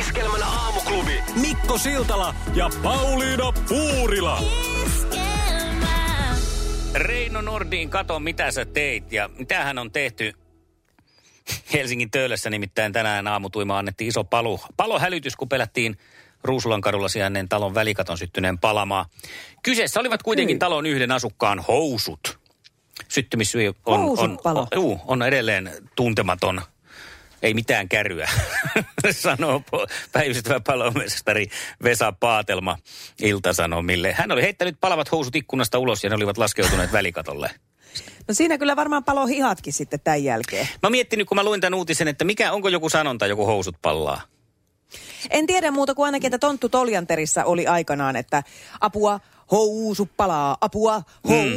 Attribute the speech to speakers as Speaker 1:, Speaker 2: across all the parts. Speaker 1: Iskelmän aamuklubi Mikko Siltala ja Pauliina Puurila.
Speaker 2: Reino Nordin, kato mitä sä teit ja mitähän on tehty Helsingin töölössä nimittäin tänään aamutuima annettiin iso palu, palohälytys, kun pelättiin Ruusulan kadulla sijainneen talon välikaton syttyneen palamaa. Kyseessä olivat
Speaker 3: Niin.
Speaker 2: kuitenkin talon yhden asukkaan housut. Syttymissyy on, on,
Speaker 3: Housut palo.
Speaker 2: on, juu, on edelleen tuntematon. Ei mitään käryä, sanoo po- päivystävä palomestari Vesa Paatelma Iltasanomille. Hän oli heittänyt palavat housut ikkunasta ulos ja ne olivat laskeutuneet välikatolle.
Speaker 3: No siinä kyllä varmaan palo hihatkin sitten tämän jälkeen.
Speaker 2: Mä mietin nyt, kun mä luin tämän uutisen, että mikä, onko joku sanonta, joku housut pallaa?
Speaker 3: En tiedä muuta kuin ainakin, että Tonttu Toljanterissa oli aikanaan, että apua, housu palaa, apua,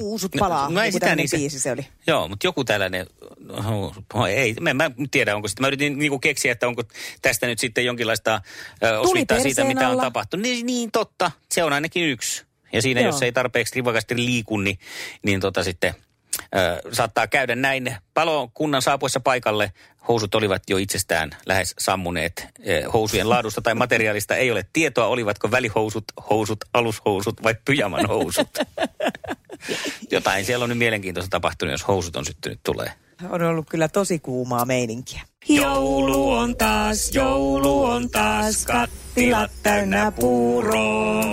Speaker 3: housut palaa.
Speaker 2: No ei
Speaker 3: Joku
Speaker 2: sitä
Speaker 3: tämmöinen
Speaker 2: niin se-
Speaker 3: biisi se oli.
Speaker 2: Joo, mutta joku tällainen, housut- no ei, mä en mä nyt tiedä, onko sitä. Mä yritin niinku keksiä, että onko tästä nyt sitten jonkinlaista ö, osviittaa siitä,
Speaker 3: perseen
Speaker 2: mitä on
Speaker 3: alla.
Speaker 2: tapahtunut. Niin, niin totta, se on ainakin yksi. Ja siinä,
Speaker 3: Joo.
Speaker 2: jos ei tarpeeksi rivakasti liiku, niin, niin tota sitten ö, saattaa käydä näin. Palokunnan saapuessa paikalle housut olivat jo itsestään lähes sammuneet. Ö, Housujen laadusta tai materiaalista ei ole tietoa, olivatko välihousut, housut, alushousut vai pyjaman housut. Jotain siellä on nyt mielenkiintoista tapahtunut, jos housut on syttynyt tulee.
Speaker 3: On ollut kyllä tosi kuumaa meininkiä.
Speaker 2: Joulu on taas, joulu on taas, kattilat täynnä puuroa.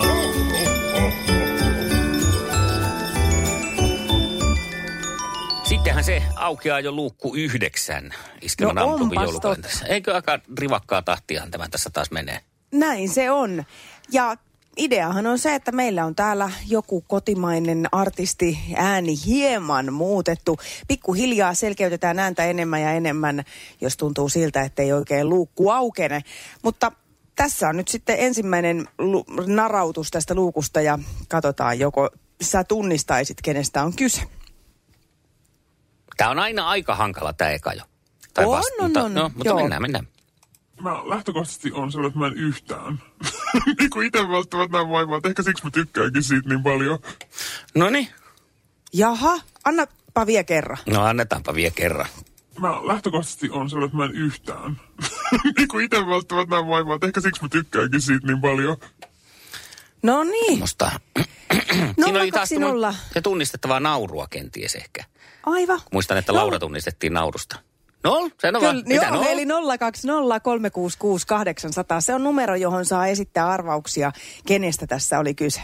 Speaker 2: Sittenhän se aukeaa jo luukku yhdeksän iskelmän
Speaker 3: No
Speaker 2: aamuklubi
Speaker 3: onpas
Speaker 2: joulukalenterissa. Eikö aika rivakkaa tahtiahan tämä tässä taas menee?
Speaker 3: Näin se on. Ja ideahan on se, että meillä on täällä joku kotimainen artisti ääni hieman muutettu. Pikkuhiljaa selkeytetään ääntä enemmän ja enemmän, jos tuntuu siltä, että ei oikein luukku aukene. Mutta tässä on nyt sitten ensimmäinen lu- narautus tästä luukusta ja katsotaan joko sä tunnistaisit, kenestä on kyse.
Speaker 2: Tämä on aina aika hankala tämä eka jo.
Speaker 3: On,
Speaker 2: vasta-
Speaker 3: on,
Speaker 2: mutta-
Speaker 3: on.
Speaker 2: No, mutta
Speaker 3: Joo.
Speaker 2: mennään, mennään.
Speaker 4: Mä lähtökohtaisesti on sellainen, että mä en yhtään. niin kuin itse välttämättä nämä vaivaat. Ehkä siksi mä tykkäänkin siitä niin paljon.
Speaker 2: No niin.
Speaker 3: Jaha, annapa vielä kerran.
Speaker 2: No annetaanpa vielä kerran.
Speaker 4: Mä lähtökohtaisesti on sellainen, että mä en yhtään. niin kuin itse välttämättä nämä vaivaat. Ehkä siksi mä tykkäänkin siitä niin paljon.
Speaker 3: No niin,
Speaker 2: Musta.
Speaker 3: No,
Speaker 2: Siinä oli taas
Speaker 3: 020.
Speaker 2: tuommoinen- ja tunnistettavaa naurua kenties ehkä.
Speaker 3: Aivan.
Speaker 2: Muistan, että Laura tunnistettiin naurusta. No, sano vaan.
Speaker 3: No. Kyllä,
Speaker 2: Mitä
Speaker 3: joo,
Speaker 2: no?
Speaker 3: eli 020366800. Se on numero, johon saa esittää arvauksia, kenestä tässä oli kyse.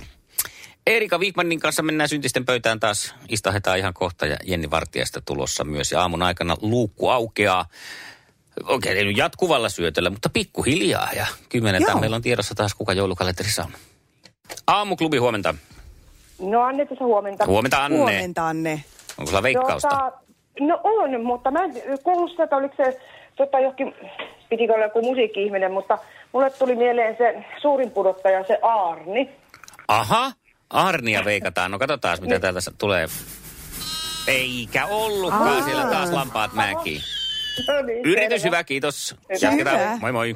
Speaker 2: Erika Wigmanin kanssa mennään syntisten pöytään taas. Istahetaan ihan kohta ja Jenni Vartijasta tulossa myös. Ja aamun aikana luukku aukeaa. Okei, ei nyt jatkuvalla syötöllä, mutta pikkuhiljaa. Ja kymmeneltä
Speaker 3: Joo.
Speaker 2: meillä on tiedossa taas, kuka joulukalenterissa on. Aamuklubi, huomenta.
Speaker 5: No Anne tässä huomenta.
Speaker 2: Huomenta, Anne.
Speaker 3: Huomenta, Anne.
Speaker 2: Onko sulla veikkausta?
Speaker 5: Tota, no on, mutta mä en kuullut sitä, että oliko se tota, johonkin, pitikö olla joku musiikki-ihminen, mutta mulle tuli mieleen se suurin pudottaja, se Arni.
Speaker 2: Aha, Arnia veikataan. No katsotaan, mitä täältä s- tulee. Eikä ollutkaan
Speaker 3: Aa.
Speaker 2: siellä taas lampaat mäkiin.
Speaker 5: No niin,
Speaker 2: Yritys
Speaker 5: selvä.
Speaker 2: hyvä, kiitos.
Speaker 5: Hyvä.
Speaker 3: Hyvä.
Speaker 2: Jatketaan. Moi moi.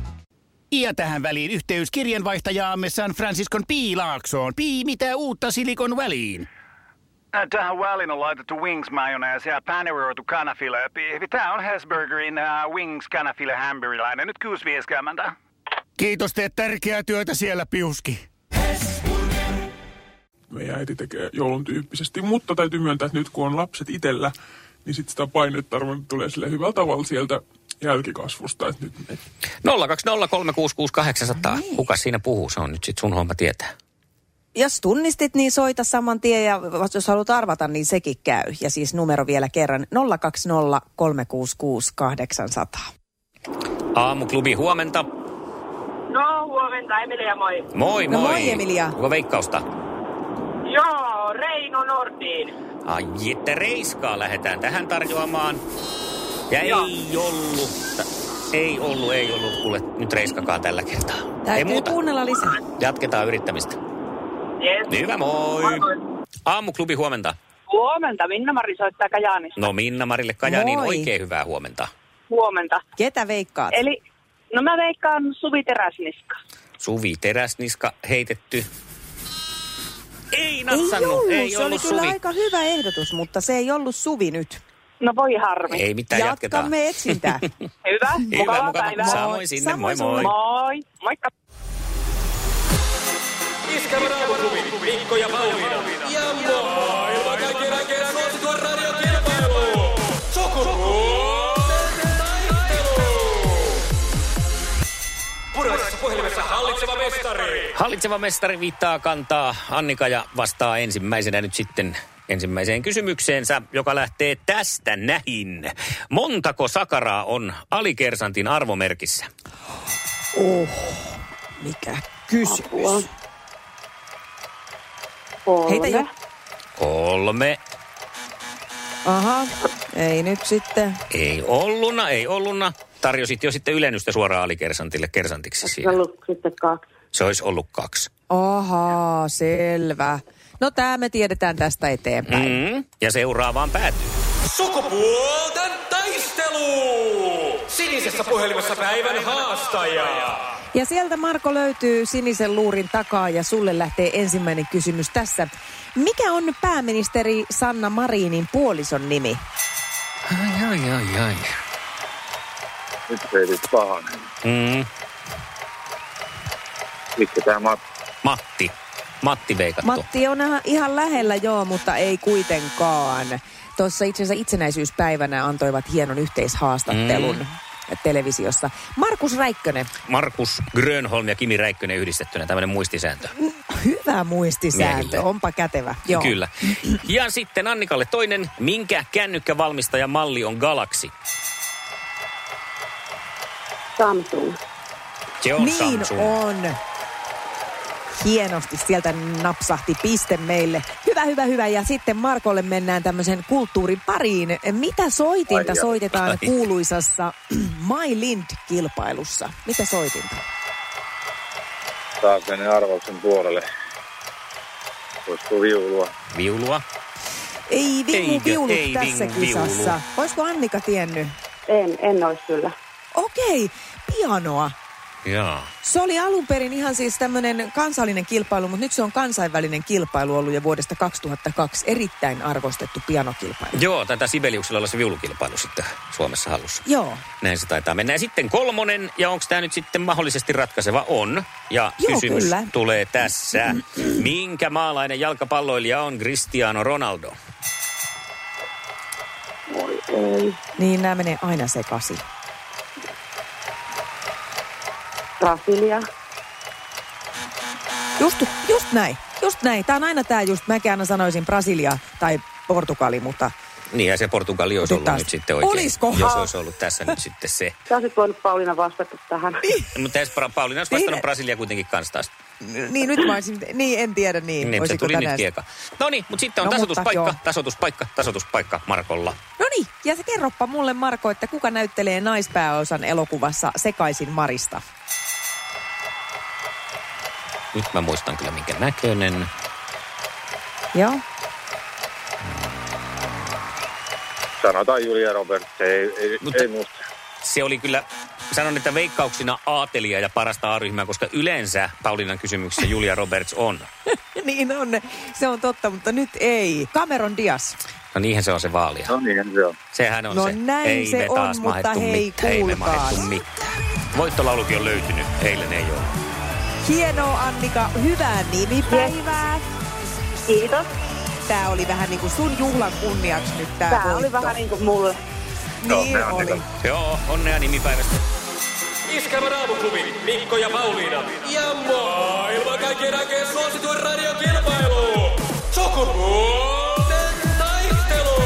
Speaker 6: Ja tähän väliin yhteys kirjanvaihtajaamme San Franciscon P. Laaksoon. Pii, mitä uutta Silikon väliin?
Speaker 7: Ä, Äh, Tähän väliin on laitettu wings mayonnaise ja paneroitu kanafila. Tämä on Hesburgerin uh, wings kanafila hamburilainen. Nyt kuusi vieskäämäntä.
Speaker 6: Kiitos, teet tärkeää työtä siellä, Piuski.
Speaker 4: meidän äiti tekee joulun tyyppisesti, mutta täytyy myöntää, että nyt kun on lapset itellä, niin sitten sitä painetta varmaan tulee sille hyvällä tavalla sieltä jälkikasvusta, että nyt me
Speaker 2: 020366800. Kuka siinä puhuu? Se on nyt sit sun homma tietää.
Speaker 3: Jos tunnistit, niin soita saman tien ja vast- jos haluat arvata, niin sekin käy. Ja siis numero vielä kerran 020 366 800.
Speaker 2: Aamuklubi, huomenta.
Speaker 5: No huomenta, Emilia, moi.
Speaker 2: Moi,
Speaker 3: No
Speaker 2: moi.
Speaker 3: moi, Emilia.
Speaker 2: Onko veikkausta?
Speaker 5: Joo, Reino Nordin.
Speaker 2: Ai, että reiskaa lähdetään tähän tarjoamaan. Ja
Speaker 5: Joo.
Speaker 2: ei ollut, ei ollut, ei ollut, kuule, nyt reiskakaan tällä kertaa. ei
Speaker 3: Täytyy
Speaker 2: muuta,
Speaker 3: kuunnella lisää.
Speaker 2: jatketaan yrittämistä.
Speaker 5: Yes.
Speaker 2: Hyvä, moi.
Speaker 5: Moi, moi.
Speaker 2: Aamuklubi, huomenta.
Speaker 5: Huomenta, Minna-Mari soittaa Kajaanista.
Speaker 2: No Minna-Marille Kajaaniin
Speaker 3: Moi.
Speaker 2: oikein hyvää huomenta.
Speaker 5: Huomenta.
Speaker 3: Ketä veikkaat?
Speaker 5: Eli, no mä veikkaan Suvi Teräsniska.
Speaker 2: Suvi Teräsniska heitetty. Ei natsannut, ei,
Speaker 3: se oli
Speaker 2: ollut
Speaker 3: kyllä
Speaker 2: Suvi.
Speaker 3: aika hyvä ehdotus, mutta se ei ollut Suvi nyt.
Speaker 5: No voi harmi.
Speaker 2: Ei mitään, jatketaan.
Speaker 3: Jatkamme etsintää.
Speaker 5: Hyvä,
Speaker 2: Hyvä,
Speaker 5: mukavaa
Speaker 2: mukava.
Speaker 5: päivää.
Speaker 2: Samoin sinne, moi
Speaker 3: Samoin
Speaker 2: moi.
Speaker 3: sulle.
Speaker 5: Moi, moikka.
Speaker 2: Hallitseva mestari viittaa kantaa. Annika ja vastaa ensimmäisenä nyt sitten ensimmäiseen kysymykseensä, joka lähtee tästä näin. Montako sakaraa on alikersantin arvomerkissä?
Speaker 3: Mikä kysymys? Heitä
Speaker 5: Kolme.
Speaker 3: jo.
Speaker 2: Kolme.
Speaker 3: Aha, ei nyt sitten.
Speaker 2: Ei olluna, ei olluna. Tarjosit jo sitten ylennystä suoraan alikersantille kersantiksi siinä.
Speaker 5: Ollut sitten kaksi.
Speaker 2: Se olisi ollut kaksi.
Speaker 3: Ahaa, selvä. No tämä me tiedetään tästä eteenpäin.
Speaker 2: Mm. Ja seuraavaan päätyy.
Speaker 8: Sukupuolten taistelu! Sinisessä puhelimessa päivän haastaja.
Speaker 3: Ja sieltä Marko löytyy sinisen luurin takaa ja sulle lähtee ensimmäinen kysymys tässä. Mikä on pääministeri Sanna Marinin puolison nimi?
Speaker 2: Ai, ai, ai, ai.
Speaker 9: Nyt heitit pahan.
Speaker 2: Mm.
Speaker 9: Mikä tämä Matti?
Speaker 2: Matti. Matti veikattu.
Speaker 3: Matti on ihan- ihan lähellä joo, mutta ei kuitenkaan. Tuossa itse asiassa itsenäisyyspäivänä antoivat hienon yhteishaastattelun
Speaker 2: Mm.
Speaker 3: televisiossa. Markus Räikkönen,
Speaker 2: Markus Grönholm ja Kimi Räikkönen yhdistettynä, tämmöinen muistisääntö.
Speaker 3: hyvä muistisääntö,
Speaker 2: Miehille.
Speaker 3: onpa kätevä. Joo.
Speaker 2: Kyllä. Ja sitten Annikalle toinen, minkä kännykkävalmistajan malli on Galaxy?
Speaker 5: Samsung.
Speaker 2: Se on
Speaker 3: niin
Speaker 2: Samsung.
Speaker 3: on. Hienosti sieltä napsahti piste meille. Hyvä, hyvä, hyvä. Ja sitten Markolle mennään tämmöisen kulttuurin pariin. Mitä soitinta
Speaker 9: Ai, ai,
Speaker 3: soitetaan
Speaker 2: ai.
Speaker 3: kuuluisassa My Lind-kilpailussa? Mitä soitinta?
Speaker 9: Taas meni niin arvauksen puolelle. Olisiko viulua?
Speaker 2: Viulua.
Speaker 3: Ei vingu
Speaker 2: Eikö?
Speaker 3: viulu
Speaker 2: Ei
Speaker 3: tässä
Speaker 2: vingu
Speaker 3: kisassa.
Speaker 2: viulu.
Speaker 3: Olisiko Annika tiennyt?
Speaker 5: En, en olisi kyllä.
Speaker 3: Okei, pianoa.
Speaker 2: Jaa.
Speaker 3: Se oli alun perin ihan siis tämmöinen kansallinen kilpailu, mutta nyt se on kansainvälinen kilpailu ollut jo vuodesta 2002. Erittäin arvostettu pianokilpailu.
Speaker 2: Joo, tätä Sibeliuksella oli se viulukilpailu sitten Suomessa hallussa.
Speaker 3: Joo.
Speaker 2: Näin se taitaa mennä. Ja sitten kolmonen, ja onko tämä nyt sitten mahdollisesti ratkaiseva? On. Ja
Speaker 3: Joo,
Speaker 2: kysymys
Speaker 3: kyllä.
Speaker 2: tulee tässä. Minkä maalainen jalkapalloilija on Cristiano Ronaldo?
Speaker 3: Niin nämä menee aina sekaisin.
Speaker 5: Brasilia.
Speaker 3: Just, just näin, just näin. Tämä on aina tämä just, mäkin aina sanoisin Brasilia tai Portugali, mutta
Speaker 2: Niin, ja se Portugali olisi
Speaker 3: Nyt
Speaker 2: ollut
Speaker 3: taas.
Speaker 2: nyt sitten oikein.
Speaker 3: Oliskohan?
Speaker 2: Jos olisi ollut tässä nyt sitten se.
Speaker 5: Sä olisit voinut Pauliina vastata tähän.
Speaker 2: Mutta tässä Pra- Pauliina olisi vastannut
Speaker 3: Niin.
Speaker 2: Brasilia kuitenkin kanssa taas.
Speaker 3: niin nyt mä olisin, niin en tiedä niin.
Speaker 2: Niin, se
Speaker 3: olisiko
Speaker 2: tuli nyt
Speaker 3: tänään-
Speaker 2: kieka. No niin, mutta sitten on
Speaker 3: No, mutta
Speaker 2: tasoituspaikka,
Speaker 3: joo.
Speaker 2: tasoituspaikka, tasoituspaikka Markolla.
Speaker 3: No niin, ja se kerroppa mulle Marko, että kuka näyttelee naispääosan elokuvassa Sekaisin Marista.
Speaker 2: Nyt mä muistan kyllä minkä näköinen.
Speaker 3: Joo.
Speaker 9: Sanotaan Julia Roberts, ei, ei,
Speaker 2: Mutta-
Speaker 9: ei musta.
Speaker 2: Se oli kyllä, sanon, että veikkauksina aatelia ja parasta A-ryhmää, koska yleensä Paulinan kysymyksessä Julia Roberts on.
Speaker 3: niin on, se on totta, mutta nyt ei. Cameron Dias.
Speaker 2: No niinhän se on se vaalia.
Speaker 9: No niin, se on.
Speaker 2: Sehän on
Speaker 3: No
Speaker 2: se.
Speaker 3: näin
Speaker 2: ei
Speaker 3: se
Speaker 2: me
Speaker 3: on,
Speaker 2: taas
Speaker 3: mutta
Speaker 2: mahdettu
Speaker 3: hei,
Speaker 2: mitään. Ei me
Speaker 3: kuulkaas.
Speaker 2: mahdettu mitään. Voittolaulukin on löytynyt. Eilen ei ole.
Speaker 3: Hienoa Annika, hyvää nimipäivää.
Speaker 5: Kiitos.
Speaker 3: Tää oli vähän niin kuin niinku sun juhlan kunniaksi nyt tää
Speaker 5: Tää
Speaker 3: voitto.
Speaker 5: oli vähän niin kuin mulle.
Speaker 3: Niin oli.
Speaker 2: Joo, onnea nimipäivästä.
Speaker 8: Iskävän aamuklubi, Mikko ja Pauliina. Ja maailman kaikkien aikeen suosituen radiokilpailu. Sukupuolten taistelu.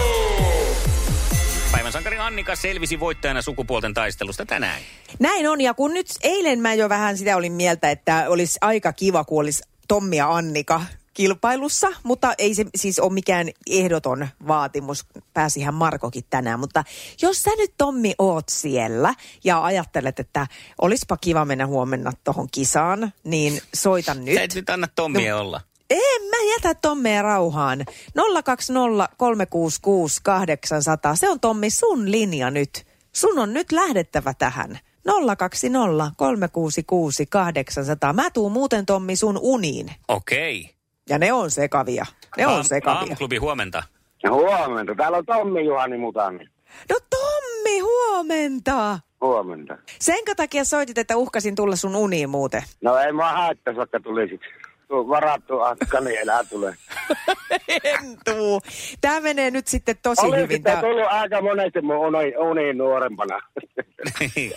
Speaker 2: Päivän sankari Annika selvisi voittajana sukupuolten taistelusta tänään.
Speaker 3: Näin on, ja kun nyt eilen mä jo vähän sitä olin mieltä, että olisi aika kiva, kun olisi Tommi ja Annika kilpailussa, mutta ei se siis ole mikään ehdoton vaatimus. Pääsihän Markokin tänään, mutta jos sä nyt Tommi oot siellä ja ajattelet, että olisipa kiva mennä huomenna tuohon kisaan, niin soita nyt.
Speaker 2: Sä et nyt anna Tommia no. olla.
Speaker 3: En mä jätä Tommea rauhaan. 020366800. Se on Tommi sun linja nyt. Sun on nyt lähdettävä tähän. 020366800. Mä tuun muuten Tommi sun uniin.
Speaker 2: Okei.
Speaker 3: Ja ne on sekavia. Ne on sekavia.
Speaker 2: Aamuklubi huomenta.
Speaker 10: Huomenta. Täällä on Tommi Juhani Mutanen.
Speaker 3: No Tommi, huomenta.
Speaker 10: Huomenta.
Speaker 3: Senkä takia soitit, että uhkasin tulla sun uniin muuten.
Speaker 10: No ei mua haittaisi, vaikka tulisit. Tuo varattu akka, niin elää tule.
Speaker 3: En tuu. Tää menee nyt sitten tosi
Speaker 10: Oli
Speaker 3: hyvin.
Speaker 10: sitä
Speaker 3: Tää...
Speaker 10: tullut aika monesti mun uni, uniin nuorempana.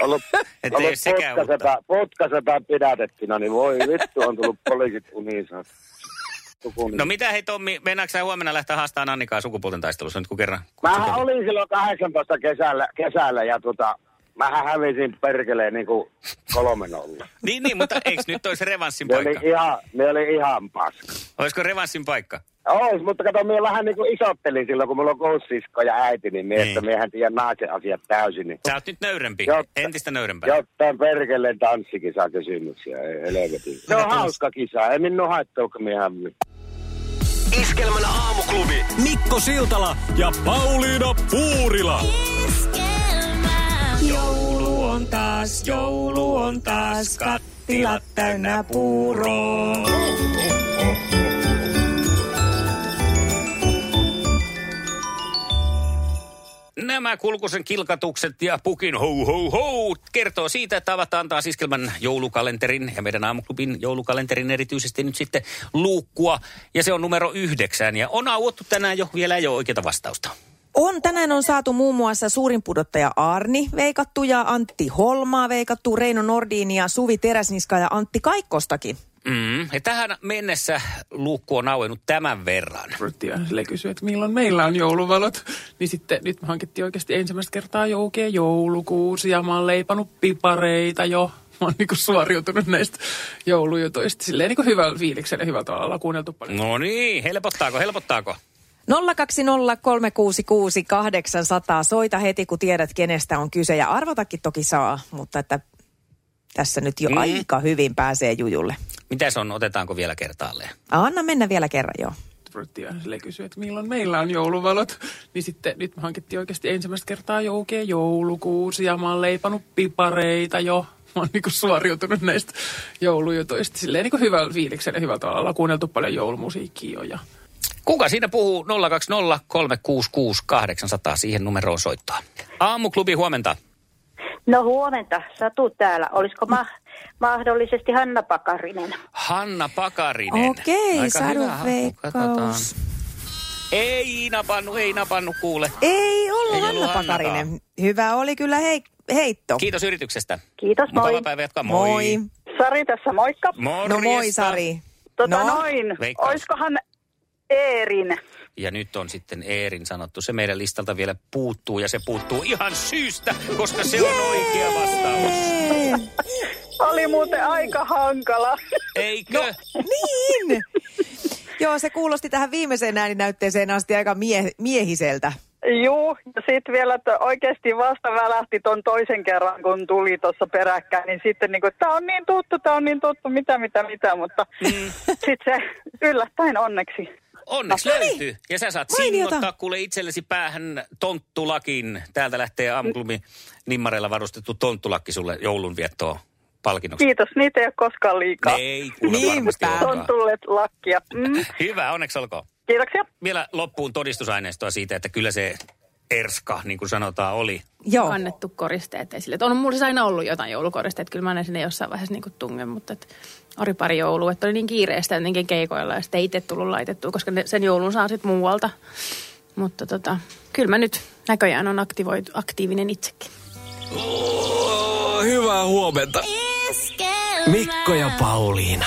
Speaker 10: ollut
Speaker 2: Ettei ole
Speaker 10: ollut
Speaker 2: sekään
Speaker 10: putkasepä, putkasepä pidätettynä, niin voi vittu, on tullut poliisit uniinsa.
Speaker 2: No mitä hei Tommi, mennäänkö sä huomenna lähteä haastamaan Annikaa sukupuolten taistelussa nyt kun kerran?
Speaker 10: Mä olin silloin 18 kesällä, kesällä ja tota, mähän hävisin perkeleen niinku kolmen olla.
Speaker 2: Niin, niin, mutta eikö nyt olisi revanssin
Speaker 10: Ne oli
Speaker 8: niin,
Speaker 2: paikka?
Speaker 10: ihan, ne oli ihan paska.
Speaker 2: Olisiko revanssin paikka?
Speaker 10: Ois, mutta kato, minä vähän niinku isottelin silloin, kun mulla on kuusi siskoa ja äiti, niin mie,
Speaker 2: Niin.
Speaker 10: että miehän tiedän naisen asiat täysin. Niin.
Speaker 2: Sä oot nyt nöyrempi,
Speaker 10: Jotta-
Speaker 2: entistä nöyrempi.
Speaker 10: Jotain perkeleen tanssikisa kysymyksiä, ei helvetin. Se on hauska kisa, ei minun haittaa, kun minä hämmin.
Speaker 8: Iskelmän aamuklubi.
Speaker 1: Mikko Siltala ja Pauliina Puurila.
Speaker 3: Joulu on taas, joulu on taas, kattilat täynnä puuroa.
Speaker 2: Nämä Kulkusen kilkatukset ja pukin hou hou hou kertoo siitä, että avataan taas iskelmän joulukalenterin ja meidän aamuklubin joulukalenterin erityisesti nyt sitten luukkua. Ja se on numero yhdeksän ja on auottu tänään jo, vielä ei ole oikeita vastausta.
Speaker 3: On, tänään on saatu muun muassa suurin pudottaja Arni veikattu ja Antti Holmaa veikattu, Reino Nordin ja Suvi Teräsniska ja Antti Kaikkostakin.
Speaker 2: Mm. Ja tähän mennessä luukku on auennut tämän verran.
Speaker 11: Rutia sille kysyi, että milloin meillä on jouluvalot. Niin sitten nyt me hankittiin oikeasti ensimmäistä kertaa jo oikein joulukuusi ja mä oon leipannut pipareita jo. Mä oon niinku suoriutunut näistä joulujutuista silleen niinku hyvällä fiiliksellä ja hyvällä tavalla kuunneltu paljon.
Speaker 2: No niin, helpottaako, helpottaako?
Speaker 3: 020366800. Soita heti, kun tiedät, kenestä on kyse. Ja arvatakin toki saa, mutta että tässä nyt jo
Speaker 2: Mm.
Speaker 3: mm. aika hyvin pääsee jujulle.
Speaker 2: Mitä se on, otetaanko vielä kertaalleen?
Speaker 3: Anna mennä vielä kerran, joo.
Speaker 11: Rutia sille kysyi, että milloin meillä on jouluvalot. Niin sitten nyt me hankittiin oikeasti ensimmäistä kertaa jo oikein joulukuusi ja mä oon leipannut pipareita jo. Mä oon niinku suoriutunut näistä joulujutuista silleen niinku hyvällä fiiliksellä ja hyvällä tavalla kuunneltu paljon joulumusiikkia jo. Ja
Speaker 2: Kuka siinä puhuu 020 366 800 siihen numeroon soittaa? Aamuklubi huomenta.
Speaker 5: No huomenta, Satu täällä. Olisiko ma- mahdollisesti Hanna Pakarinen?
Speaker 2: Hanna Pakarinen.
Speaker 3: Okei,
Speaker 2: Aika
Speaker 3: sadun
Speaker 2: hyvä hahmo,
Speaker 3: veikkaus.
Speaker 2: katsotaan. Ei napannu, ei napannu kuule.
Speaker 3: No. Ei ollut
Speaker 2: Ei
Speaker 3: ei
Speaker 2: ollut
Speaker 3: Hanna Pakarinen.
Speaker 2: Hannakaan.
Speaker 3: Hyvä oli kyllä hei, heitto.
Speaker 2: Kiitos yrityksestä.
Speaker 5: Kiitos, moi.
Speaker 2: Mukava päivä jatkaa, moi.
Speaker 5: Sari tässä, moikka.
Speaker 2: Morjesta.
Speaker 3: No moi Sari.
Speaker 5: Tota
Speaker 3: no,
Speaker 5: noin,
Speaker 2: Veikkaus.
Speaker 5: oiskohan Eerin?
Speaker 2: Ja nyt on sitten Eerin sanottu. Se meidän listalta vielä puuttuu ja se puuttuu ihan syystä, koska se on oikea vastaus.
Speaker 3: Ei,
Speaker 5: Oli muuten aika hankala.
Speaker 2: Eikö?
Speaker 3: No, niin. Joo, se kuulosti tähän viimeiseen ääninäytteeseen asti aika mie- miehiseltä.
Speaker 5: Juu, ja sitten vielä, että oikeasti vasta välähti ton toisen kerran, kun tuli tuossa peräkkäin, niin sitten niin kuin, tämä on niin tuttu, tämä on niin tuttu, mitä, mitä, mitä, mutta sitten se yllättäen onneksi.
Speaker 2: Onneksi
Speaker 3: No niin.
Speaker 2: löytyy. Ja sä saat
Speaker 3: Mainiota.
Speaker 2: singottaa kuule itsellesi päähän tonttulakin. Täältä lähtee aamuklubi nimmareilla varustettu tonttulakki sulle joulunviettoon palkinnoksi.
Speaker 5: Kiitos, niitä ei ole koskaan liikaa.
Speaker 2: Niin, Ei kuule
Speaker 3: Niinpä.
Speaker 2: varmasti
Speaker 5: On
Speaker 2: olekaan.
Speaker 5: tulleet lakkia. Mm,
Speaker 2: Hyvä, onneksi olkoon.
Speaker 5: kiitoksia.
Speaker 2: Vielä loppuun todistusaineistoa siitä, että kyllä se erska, niin kuin sanotaan, oli.
Speaker 3: Joo.
Speaker 12: annettu koristeet esille. Et on mulla siis aina ollut jotain joulukoristeet, kyllä mä aina sinne jossain vaiheessa niinku tungen, mutta et oli pari joulua, että oli niin kiireistä jotenkin keikoilla ja sitten ei itse tullut laitettua, koska ne, sen joulun saa sitten muualta. Mutta tota, kyllä mä nyt Näköjään on aktivoitu, aktiivinen itsekin.
Speaker 1: Oh, hyvää huomenta. Mikko ja Pauliina.